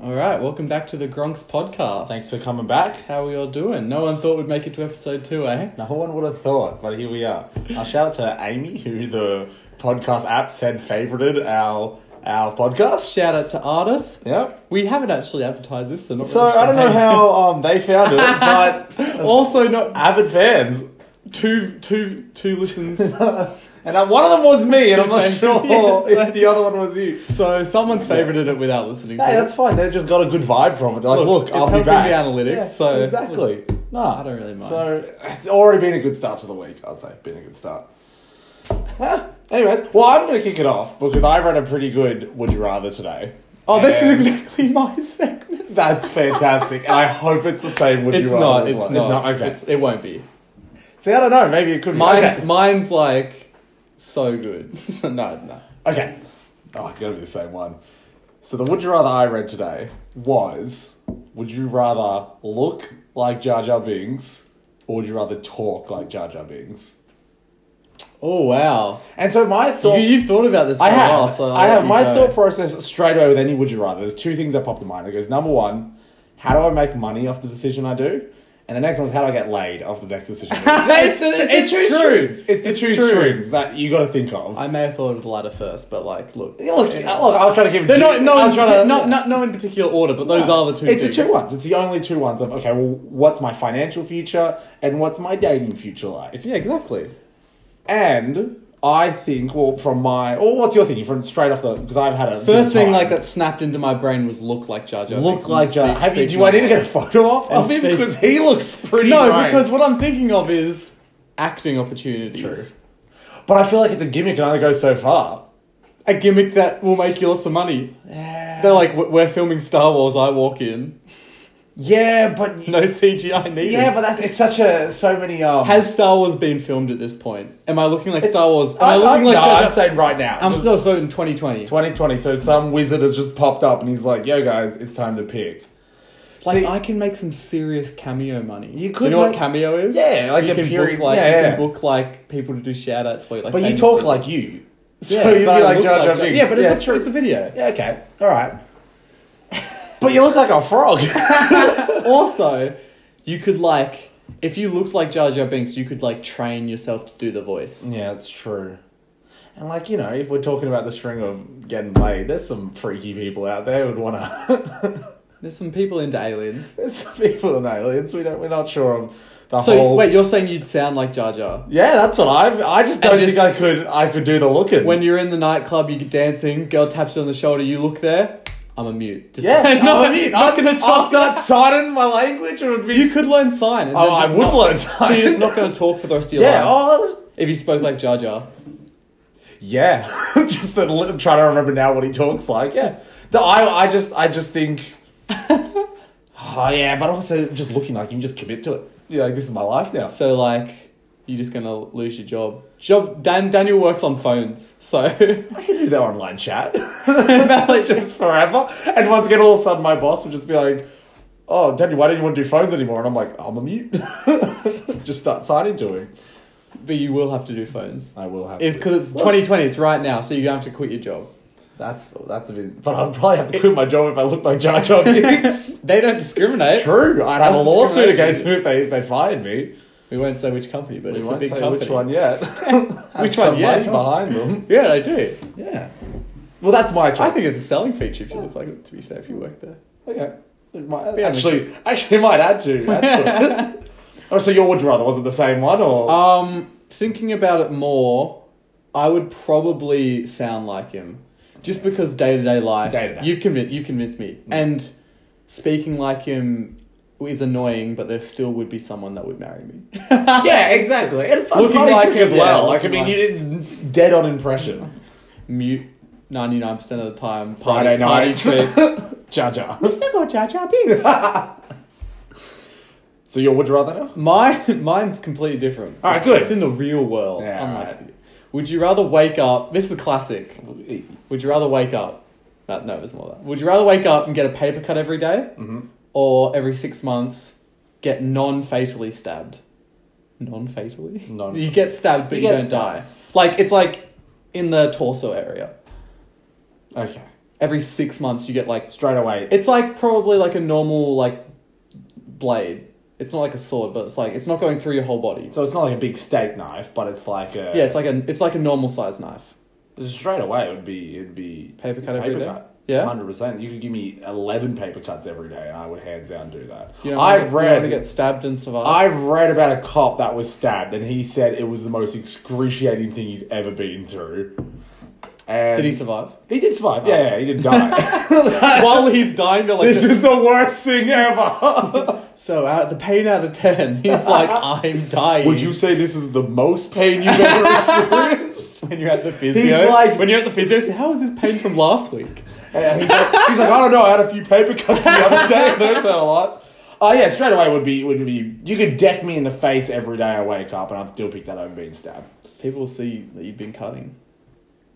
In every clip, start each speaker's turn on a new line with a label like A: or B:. A: All right, welcome back to the Gronks podcast.
B: Thanks for coming back.
A: How are we all doing? No one thought we'd make it to episode two, eh?
B: No one would have thought, but here we are. Our shout out to Amy, who the podcast app said favorited our our podcast.
A: Shout out to artists.
B: Yep.
A: We haven't actually advertised this, so not
B: So
A: really
B: I don't know
A: sure.
B: how um, they found it, but
A: Also, not
B: avid fans,
A: two, two, two listens.
B: and uh, one of them was me, and I'm not
A: Yes,
B: sure
A: I-
B: if the other one was you.
A: so someone's favorited it without listening. to
B: Hey,
A: it.
B: that's fine. They just got a good vibe from it. They're like,
A: Look,
B: look,
A: it's
B: I'll be
A: helping
B: back.
A: the analytics,
B: Yeah,
A: so-
B: exactly. No,
A: I don't really mind.
B: So it's already been a good start to the week. I'd say been a good start. Huh. Anyways, well, I'm going to kick it off because I read a pretty good "Would You Rather" today.
A: oh, this is
B: And
A: exactly my segment.
B: that's fantastic, and I hope it's the same. Would
A: It's
B: you
A: not,
B: rather? as
A: it's
B: well.
A: not.
B: okay.
A: It's- it won't be.
B: See, I don't know. Maybe it could be.
A: Mine's,
B: okay.
A: mine's like so good. so, no, no.
B: Okay. Oh, it's going to be the same one. So the would you rather I read today was would you rather look like Jar Jar Binks or would you rather talk like Jar Jar Binks?
A: Oh, wow.
B: And so my
A: You,
B: thought
A: you've thought about this for
B: I
A: a
B: have
A: while, so I'll
B: I
A: let
B: have
A: you
B: my
A: go.
B: thought process straight away with any would you rather. There's two things that pop to mind. It goes number one, how do I make money off the decision I do? And the next one is how do I get laid off the next decision? I do?
A: It's- it's
B: the
A: true.
B: It's the
A: It's
B: two
A: true.
B: strings that you got to think of.
A: I may have thought of the latter first, but like, look,
B: Yeah, look, look, I was trying to give.
A: They're not, no,
B: I
A: in,
B: was trying to-
A: no, no, no in particular order, but those are the two.
B: It's
A: things.
B: the two ones. It's the only two ones of okay. Well, what's my financial future and what's my dating future like?
A: Yeah, exactly.
B: And I think, well, from my, or what's your thinking from straight off the? Because I've had a bit
A: First
B: of
A: thing
B: time.
A: like that snapped into my brain was look like Jar Jar.
B: Look
A: Binks and
B: like Jar.
A: speak-
B: Have you?
A: speak
B: Do I need to
A: like-
B: get a photo off
A: And
B: of him
A: speak-
B: because he looks pretty?
A: No,
B: right.
A: because what I'm thinking of is acting opportunities.
B: But I feel like it's a gimmick and only goes so far.
A: A gimmick that will make you lots of money.
B: Yeah,
A: They're like, "We're- we're filming Star Wars. I walk in,
B: but
A: no CGI needed.
B: yeah, but that's it's such a so many. Um,
A: has Star Wars been filmed at this point? Am I looking like Star Wars? Am I,
B: I,
A: looking
B: I,
A: like
B: no,
A: Jar Jar?
B: I'm saying right now.
A: I'm
B: Just-
A: still so in 2020.
B: 2020. So some wizard has just popped up and he's like, "Yo, guys, it's time to pick."
A: Like
B: See-
A: I can make some serious cameo money.
B: You
A: Do you
B: could
A: know what
B: make-
A: cameo is?
B: Yeah, like
A: you
B: a
A: can
B: period-
A: book like
B: yeah,
A: you
B: yeah.
A: can book like people to do shout outs for you. Like,
B: But you
A: famous
B: talk
A: people.
B: like you, so
A: yeah,
B: you'd be
A: but I
B: like
A: look
B: Jar Jar Binks.
A: Yeah, but it's, a,
B: true.
A: it's a video.
B: Yeah, okay, all right. but you look like a frog.
A: also, you could like if you looked like Jar Jar Binks, you could like train yourself to do the voice.
B: yeah, that's true. And like you know, if we're talking about the string of getting laid, there's some freaky people out there who'd want to.
A: There's some people into aliens.
B: there's some people in aliens we don't. We're not sure of the
A: So
B: whole.
A: wait, you're saying you'd sound like Jar Jar?
B: yeah, that's what I've. I just
A: And
B: don't
A: just-
B: think I could. I could do the looking.
A: When you're in the nightclub, you're dancing, girl taps you on the shoulder, you look there, I'm a mute. Just
B: Yeah,
A: no,
B: I mean,
A: not gonna
B: I'll
A: talk.
B: start signing my language. It would be
A: You could learn sign. And
B: Oh,
A: then
B: I
A: just
B: would
A: not-
B: learn
A: So
B: sign.
A: you're just not going to talk for the rest of your life
B: yeah. Oh,
A: if you spoke like Jar Jar.
B: yeah. just that, li- I'm trying to remember now what he talks like. Yeah. The, I I just I just think. oh yeah, but also just looking like him, just commit to it. Yeah, like this is my life now.
A: So like, you're just going to lose your job. Job. Dan Daniel works on phones, so
B: I can do that online chat. like just forever. And once again, all of a sudden, my boss would just be like. Oh, Daniel, why don't you want to do phones anymore? And I'm like, I'm a mute. just start signing to him.
A: but you will have to do phones.
B: I will have
A: It's
B: to.
A: because it's 2020. It's right now, so you're going to have to quit your job.
B: That's that's a bit. But I'd probably have to quit my job if I look like Jar Jar Binks.
A: They don't discriminate.
B: True, I'd have a
A: That's
B: lawsuit
A: discrimination.
B: against me if they if they fired me.
A: We won't say which company, but
B: We
A: it's a
B: won't
A: big
B: say
A: company.
B: which one yet.
A: Which
B: which some
A: one yet?
B: money behind them?
A: Yeah, they do.
B: Yeah. Well, that's my choice.
A: I think it's a selling feature if you look like it. To be fair, if you work there.
B: Okay. It might-
A: Yeah,
B: actually, actually, it might add to. Actually. oh, so your would you rather was it the same one or?
A: Um, thinking about it more, I would probably sound like him, just because day to day life.
B: Day-to-day.
A: You've convinced you've convinced me, and speaking like him is annoying, but there still would be someone that would marry me.
B: yeah, exactly. And fun
A: Looking
B: looking
A: like
B: like
A: it,
B: as
A: yeah,
B: well. like I
A: looking
B: mean,
A: like-
B: you, dead on impression.
A: Mute ninety nine percent of the time.
B: Friday
A: party
B: nights.
A: food.
B: Jar Jar.
A: We've still got Jar Jar Binks.
B: So your would you rather now?
A: Mine, mine's completely different.
B: All right,
A: It's-
B: good.
A: It's in the real world.
B: Yeah,
A: I'm
B: all
A: like,
B: right.
A: would you rather wake up? This is a classic. Would you rather wake up? No, no, it was more that. Would you rather wake up and get a paper cut every day,
B: Mm-hmm.
A: or every six months get non-fatally stabbed? Non-fatally.
B: Non-
A: You get stabbed, but
B: You
A: you,
B: get
A: don't die. Like it's like in the torso area.
B: Okay.
A: every six months you get like
B: Straight away.
A: it's like probably like a normal like blade. It's not like a sword, but it's like it's not going through your whole body.
B: so it's not like a big steak knife, but it's like a
A: Yeah, it's like a it's like a normal size knife.
B: straight away. It would be it'd be
A: Paper cut every day? Yeah.
B: hundred percent. You could give me eleven paper cuts every day, and I would hands down do that.
A: You know,
B: I've read
A: to get stabbed and survive.
B: I've read about a cop that was stabbed, and he said it was the most excruciating thing he's ever been through. And
A: Did he survive?
B: He did survive. Yeah, yeah, he did die.
A: While he's dying, they're like,
B: this is the worst thing ever.
A: so out the pain out of ten. He's like, I'm dying.
B: Would you say this is the most pain you've ever experienced?
A: When you're at the physio,
B: like-
A: when you're at the physio, say, how is this pain from last week?
B: And he's like, he's like, I don't know. I had a few paper cuts the other day. and Those hurt a lot. Oh yeah, straight away would be would be. You could deck me in the face every day I wake up, and I'd still pick that over being stabbed.
A: People will see that you've been cutting.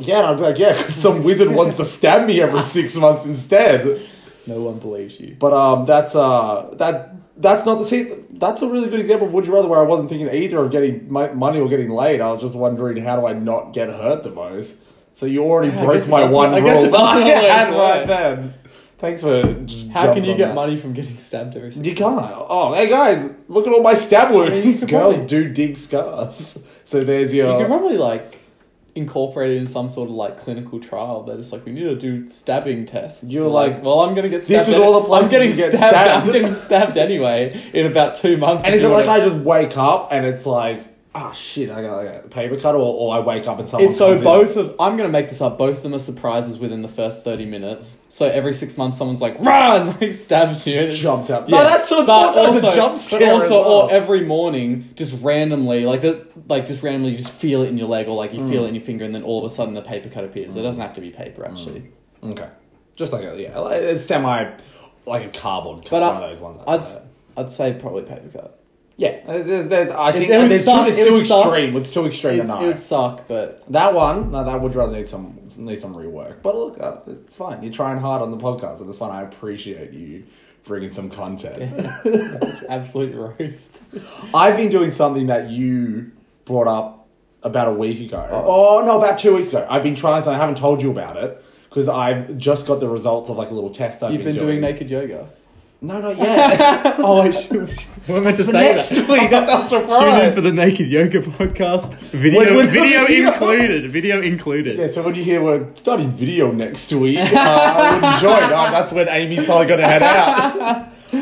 B: Yeah, and I'd be like, yeah, 'cause some wizard wants to stab me every six months instead.
A: No one believes you.
B: But um, that's uh, that that's not the see. That's a really good example of would you rather, where I wasn't thinking either of getting mo- money or getting laid. I was just wondering how do I not get hurt the most. So you already
A: Yeah, I
B: broke
A: guess it
B: my
A: doesn't-
B: one
A: I
B: rule.
A: guess it doesn't
B: that I
A: always
B: had right
A: work.
B: then. Thanks for. Just
A: How can
B: jumping
A: you
B: on
A: get
B: that.
A: money from getting stabbed every six?
B: You can't. Oh, hey guys, look at all my stab wounds.
A: the
B: Girls
A: point.
B: do dig scars. So there's
A: You
B: your.
A: could probably like incorporate it in some sort of like clinical trial. They're just like, we need to do stabbing tests.
B: You're
A: We're
B: like,
A: well, I'm gonna get stabbed.
B: this is all the places
A: I'm getting
B: you get
A: stabbed.
B: stabbed.
A: I'm getting stabbed anyway in about two months.
B: And
A: if
B: is it
A: you
B: like
A: wanna-
B: I just wake up and it's like, ah shit, I got like a paper cut, or, or I wake up and someone.
A: It's so
B: comes in.
A: both of I'm gonna make this up. Both of them are surprises within the first thirty minutes. So every six months, someone's like, "Run!" He stabs you. and it's-
B: Jumps out. No, that's a-
A: but
B: that's a
A: also,
B: jump
A: But
B: scare as
A: also,
B: well.
A: or every morning, just randomly, like the, like just randomly, you just feel it in your leg, or like you
B: Mm.
A: feel it in your finger, and then all of a sudden, the paper cut appears. It doesn't have to be paper actually.
B: Okay. Just like a, yeah, like it's semi like a cardboard cut,
A: But
B: one
A: I,
B: of those ones. like
A: I'd
B: that.
A: s- I'd say probably paper cut.
B: yeah, there's, there's, there's, I think
A: it would
B: and it's,
A: suck,
B: too, it's
A: it
B: too
A: would suck.
B: extreme. It's too extreme
A: It's,
B: to
A: it
B: know.
A: would suck, but
B: That one, no, that would rather need some need some rework. But look, uh, it's fine. You're trying hard on the podcast, and it's fine. I appreciate you bringing some content.
A: it's absolute roast.
B: I've been doing something that you brought up about a week ago. Oh, no, about two weeks ago. I've been trying something. I haven't told you about it because I've just got the results of like a little test I've
A: You've been doing naked yoga.
B: No, not yet.
A: oh, I should. We're meant to
B: For next week. That's our surprise.
A: Tune in for the Naked Yoga podcast. Video,
B: Wait, what-
A: video
B: video?
A: included. Video included.
B: Yeah, so when you hear we're starting video next week, uh, I would enjoy it. Uh, that's when Amy's probably going to head out.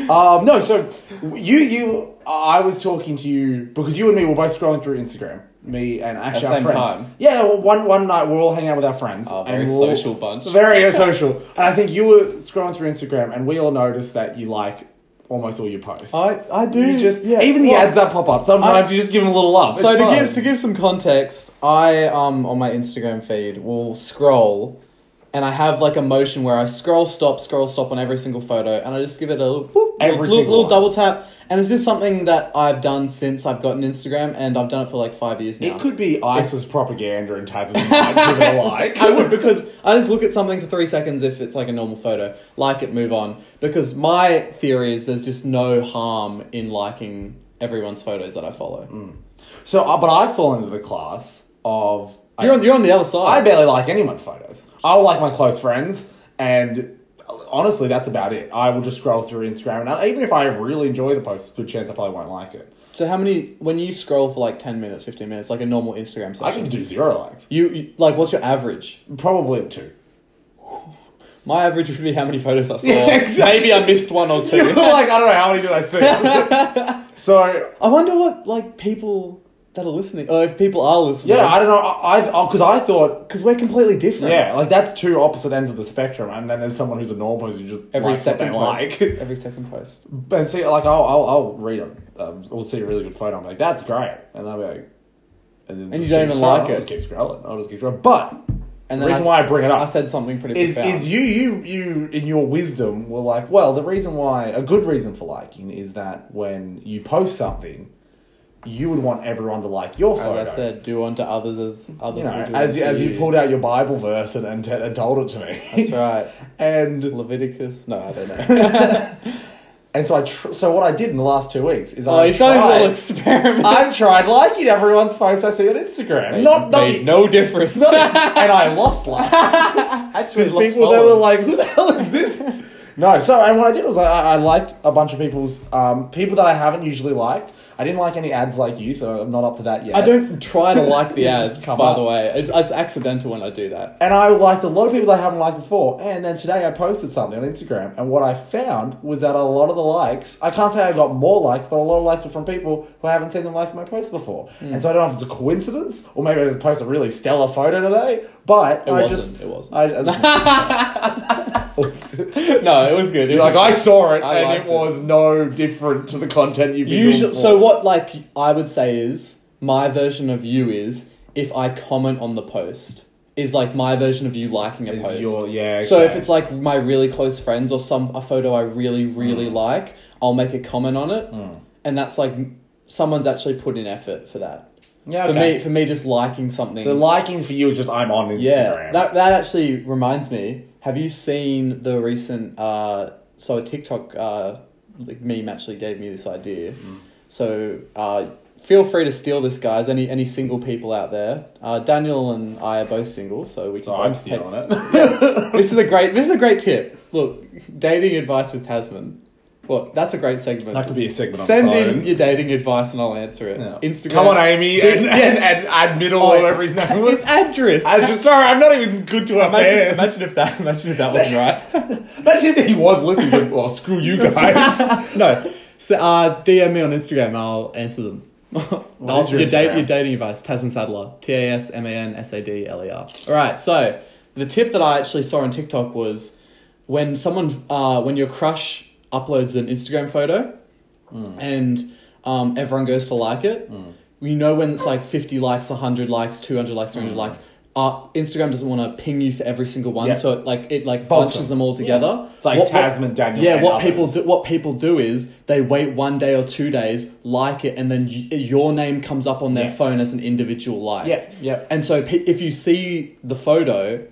B: Um, no, so you, you, I was talking to you because you and me were both scrolling through Instagram. Me and actually
A: the
B: our
A: same
B: friends.
A: time.
B: Yeah, well, one one night we're all hanging out with our friends.
A: Oh, very
B: and we'll-
A: social bunch.
B: Very social. And I think you were scrolling through Instagram, and we all noticed that you like almost all your posts.
A: I, I do.
B: you just
A: yeah.
B: even the
A: Well,
B: ads that pop up. Sometimes
A: I-
B: you just give them a little love.
A: So
B: It's
A: to
B: fine.
A: give to give some context, I um on my Instagram feed will scroll, and I have like a motion where I scroll, stop, scroll, stop on every single photo, and I just give it a little whoop,
B: Every
A: little,
B: single
A: little
B: one.
A: double tap, and it's just something that I've done since I've gotten Instagram, and I've done it for like five years now.
B: It could be ISIS propaganda and Taz might give it a like.
A: I would because I just look at something for three seconds if it's like a normal photo, like it, move on. Because my theory is there's just no harm in liking everyone's photos that I follow.
B: So, uh, but I fall into the class of
A: You're on you're on the other
B: I
A: side.
B: barely like anyone's photos. I will like my close friends, and uh, honestly, that's about it. I will just scroll through Instagram, and even if I really enjoy the post, good chance I probably won't like it.
A: so how many when you scroll for like ten minutes, fifteen minutes, like a normal Instagram
B: I
A: session?
B: can do zero likes,
A: you, you like what's your average?
B: probably two.
A: My average would be how many photos I saw.
B: Yeah, exactly.
A: Maybe I missed one or
B: like
A: two.
B: I don't know how many did I see. so
A: I wonder what like people that are listening, or if people are listening,
B: yeah, I don't know. I because I thought
A: because we're completely different.
B: Yeah, like that's two opposite ends of the spectrum, and then there's someone who's a normal person who just
A: Every
B: likes what they
A: second post.
B: like.
A: Every second post.
B: and see, like I'll I'll, I'll read them. Um, we'll see a really good photo. I'm like, that's great, and I'll be like, and, then
A: you
B: just
A: don't
B: keep
A: even
B: scrolling.
A: like
B: I'll
A: it.
B: Just keep scrolling. I'll just keep scrolling. But
A: And
B: the
A: then
B: reason
A: I-
B: why I bring it
A: I
B: up
A: said something pretty
B: is
A: profound.
B: is you you you in your wisdom were like, well, the reason why a good reason for liking is that when you post something, you would want everyone to like
A: as
B: your photo.
A: I said, do unto others as others
B: you know,
A: will do
B: as you,
A: unto
B: as you pulled out your Bible verse and and, t- and told it to me.
A: That's right.
B: And
A: Leviticus. No, I don't know.
B: and so I tr- so what I did in the last two weeks is
A: oh,
B: I
A: he's done his little
B: tried,
A: experiment.
B: I've tried liking everyone's posts I see on Instagram. not not
A: made no difference.
B: not- and I lost like Actually,
A: He's lost
B: people that were
A: followers.
B: like, "Who the hell is this?" no, so and what I did was I, I I liked a bunch of people's um, people that I haven't usually liked. I didn't like any ads like you, so I'm not up to that yet.
A: I don't try to like the
B: It's just
A: ads, by
B: come up.
A: the way. It's, it's accidental when I do that.
B: And I liked a lot of people that I haven't liked before. And then today I posted something on Instagram, and what I found was that a lot of the likes, I can't say I got more likes, but a lot of likes were from people who I haven't seen them like my post before. And so I don't know if it's a coincidence, or maybe I just posted a really stellar photo today, but
A: It
B: I
A: wasn't,
B: just.
A: it wasn't.
B: I,
A: No, it was good. It
B: like,
A: was-
B: I saw it,
A: I
B: and
A: liked
B: it
A: it.
B: was no different to the content you've been
A: Usual,
B: doing
A: so
B: before.
A: what like I would say is my version of you is if I comment on the post is like my version of you liking a
B: Is
A: post.
B: your- yeah,
A: So if
B: okay.
A: it's like my really close friends or some a photo I really really
B: Hmm.
A: like, I'll make a comment on it, and that's like m- someone's actually put in effort for that.
B: Yeah,
A: For
B: okay.
A: me, for me, just liking something.
B: So liking for you is just I'm on Instagram.
A: yeah, that that actually reminds me. Have you seen the recent? Uh, so a TikTok uh, like meme actually gave me this idea.
B: Mm.
A: So uh, feel free to steal this, guys. Any any single people out there? Uh, Daniel and I are both single, so we can
B: so
A: both
B: I'm stealing
A: take-
B: it.
A: This is a great. This is a great tip. Look, dating advice with Tasman. Well, that's a great segment.
B: That could be a segment on
A: Send
B: its
A: in
B: own.
A: your dating advice and I'll answer it.
B: Yeah.
A: Instagram.
B: Come on, Amy,
A: Dude,
B: and,
A: yeah.
B: and, and add middle
A: Oh,
B: or whatever his name
A: It's
B: was.
A: address.
B: I just, sorry, I'm not even good to our
A: imagine,
B: fans.
A: imagine if that. Imagine if that wasn't right.
B: Imagine if he was listening. He's like, well, screw you guys.
A: no. So uh, DM me on Instagram. and I'll answer them. I'll-
B: is your
A: date,
B: Instagram?
A: your dating advice, Tasman Sadler, T A S M A N S A D L E R. All right. So the tip that I actually saw on TikTok was when someone, uh, when your crush uploads an Instagram photo,
B: Hmm.
A: and um, everyone goes to like it. We know when it's like 50 likes, 100 likes, 200 likes, 300 likes. Uh, Instagram doesn't want to ping you for every single one,
B: Hmm. Yeah.
A: so it like it like
B: Bulks
A: bunches
B: them.
A: them all together.
B: It's like Tasman, Daniel,
A: Yeah,
B: and
A: what
B: others.
A: people do, what people do is they wait one day or two days, like it, and then y- your name comes up on their
B: Yeah.
A: phone as an individual like.
B: Yeah, yeah.
A: And so pe- if you see the photo,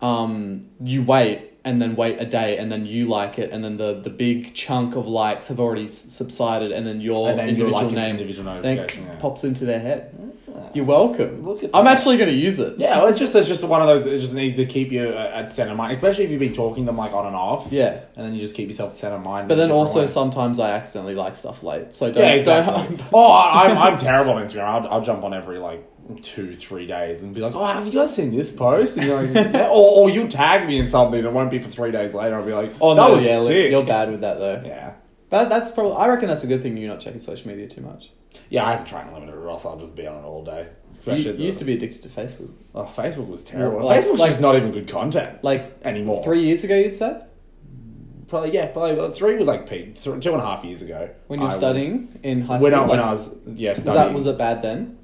A: um, you wait and then wait a day and then you like it and then the, the big chunk of likes have already s- subsided and then your
B: And then you're
A: individual
B: liking the
A: name
B: individual
A: then
B: notification, yeah.
A: pops into their head. You're welcome.
B: Ah, Look at
A: I'm
B: that.
A: actually going to use it.
B: yeah, well, it's just it's just one of those. It just needs to keep you uh, at center mind, especially if you've been talking them like on and off.
A: Yeah.
B: and then you just keep yourself center mind.
A: But
B: in a
A: then
B: different
A: also
B: way.
A: sometimes I accidentally like stuff late, so don't.
B: yeah,
A: don't
B: exactly. oh, I, I'm I'm terrible on Instagram. I'll, I'll jump on every like two three days and be like, oh, have you guys seen this post? And you're like, yeah. or, or you tag me in something. It won't be for three days later. I'll be like,
A: oh
B: oh,
A: no,
B: that was
A: yeah, look,
B: sick.
A: you're bad with that though.
B: Yeah.
A: But that's probably. I reckon that's a good thing. You're not checking social media too much.
B: Yeah, I have to try and limit it, or else I'll just be on it all day.
A: You,
B: Especially
A: you used to be addicted to Facebook.
B: Oh, Facebook was terrible.
A: Like-
B: Facebook's
A: like-
B: just not even good content
A: Like
B: anymore.
A: three years ago, you'd say
B: probably yeah, probably uh, three was like peak. Th- two and a half years ago
A: when you were
B: I was-
A: studying in high school.
B: when I,
A: like,
B: when I was yeah
A: was
B: studying,
A: that was it bad then?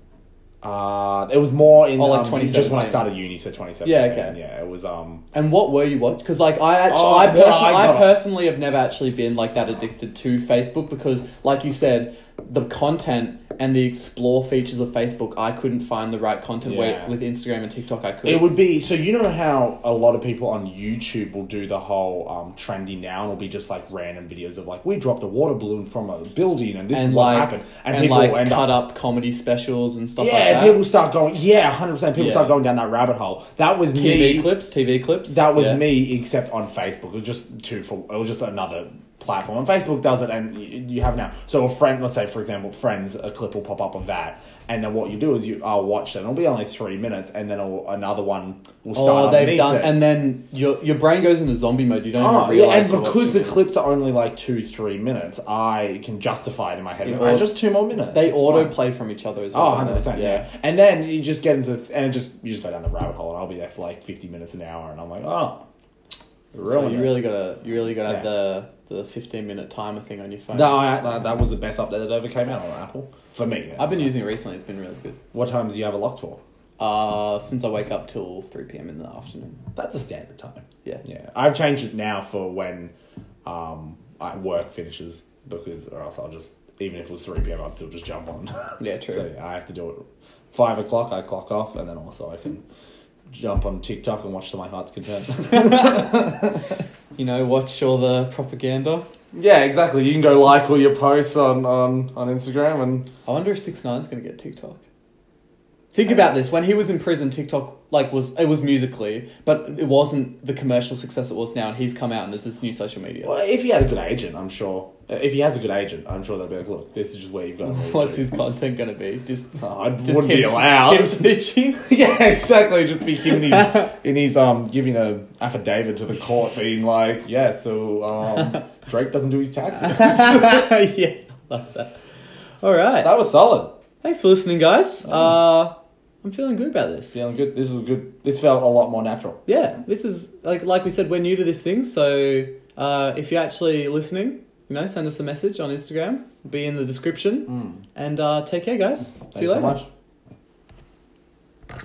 B: uh, it was more in
A: Oh, like
B: um, just when I
A: 2017.
B: started uni, so twenty seventeen.
A: Yeah, okay.
B: yeah, it was um.
A: And what were you watching? Because like I actually,
B: Oh,
A: I,
B: well,
A: perso-
B: I
A: I,
B: got-
A: personally have never actually been like that addicted to Facebook because, like you said, the content and the explore features of Facebook, I couldn't find the right content. Where
B: Yeah.
A: with Instagram and TikTok, I could.
B: It would be so you know how a lot of people on YouTube will do the whole um, trendy now and it'll be just like random videos of like we dropped a water balloon from a building and this
A: and
B: is what
A: like
B: happened
A: and,
B: and, people
A: like
B: will end up
A: cut up comedy specials and stuff
B: Yeah,
A: like that.
B: and people start going. Yeah, hundred percent. People
A: Yeah.
B: start going down that rabbit hole. That was
A: TV
B: me.
A: clips, TV clips.
B: That was
A: Yeah.
B: me, except on Facebook. It was just two for. It was just another platform, and Facebook does it, and y- you have now. So a friend, let's say for example, friends, a clip will pop up of that, and then what you do is you I'll watch it. and It'll be only three minutes, and then it'll, another one will start.
A: Oh, they've
B: underneath
A: done,
B: it.
A: and then your your brain goes into zombie mode. You don't
B: Oh,
A: even
B: yeah,
A: realize.
B: and
A: you're
B: because
A: watching
B: the
A: it.
B: clips are only like two, three minutes, I can justify it in my head.
A: Yeah,
B: Oh,
A: or-
B: just two more minutes.
A: they
B: it's
A: auto
B: fine.
A: play from each other as well.
B: Oh,
A: don't
B: 100
A: they?
B: percent, yeah. And then you just get into and it just you just go down the rabbit hole, and I'll be there for like fifty minutes an hour, and I'm like, oh,
A: So
B: really?
A: you really gotta, you really gotta have
B: Yeah.
A: the the fifteen minute timer thing on your phone.
B: no, I, that, that was the best update that ever came out on Apple for me.
A: I've been using it recently. It's been really good.
B: What times do you have it locked for?
A: Uh, since I wake up till three p.m. in the afternoon.
B: That's a standard time.
A: Yeah.
B: Yeah, I've changed it now for when um, I work finishes because, or else I'll just even if it was three pm, I'd still just jump on.
A: Yeah, true.
B: so yeah, I have to do it five o'clock. I clock off, and then also I can jump on TikTok and watch to my heart's content.
A: You know, watch all the propaganda.
B: Yeah, exactly. You can go like all your posts on, on, on Instagram and
A: I wonder if Six Nine's gonna get TikTok. Think about this. When he was in prison, TikTok like was it was musically, but it wasn't the commercial success it was now. And he's come out and there's this new social media.
B: Well, if he had a good agent, I'm sure. If he has a good agent, I'm sure they'd be like, look, this is just where you've got to move
A: What's
B: to.
A: his content gonna be? Just,
B: Oh, I
A: just
B: wouldn't
A: him,
B: be allowed.
A: him snitching.
B: yeah, exactly. Just be him in his, in his um giving a affidavit to the court, being like, yeah, so um, Drake doesn't do his taxes.
A: yeah, love that. All right.
B: that was solid.
A: Thanks for listening,
B: Oh.
A: guys. Uh, I'm feeling good about this.
B: Feeling good. This is good. This felt a lot more natural.
A: yeah, this is like like we said, we're new to this thing, so uh, if you're actually listening, you know, send us a message on Instagram. It'll be in the
B: Hmm.
A: description. And uh, take care, guys.
B: Thanks
A: See you later.
B: so much.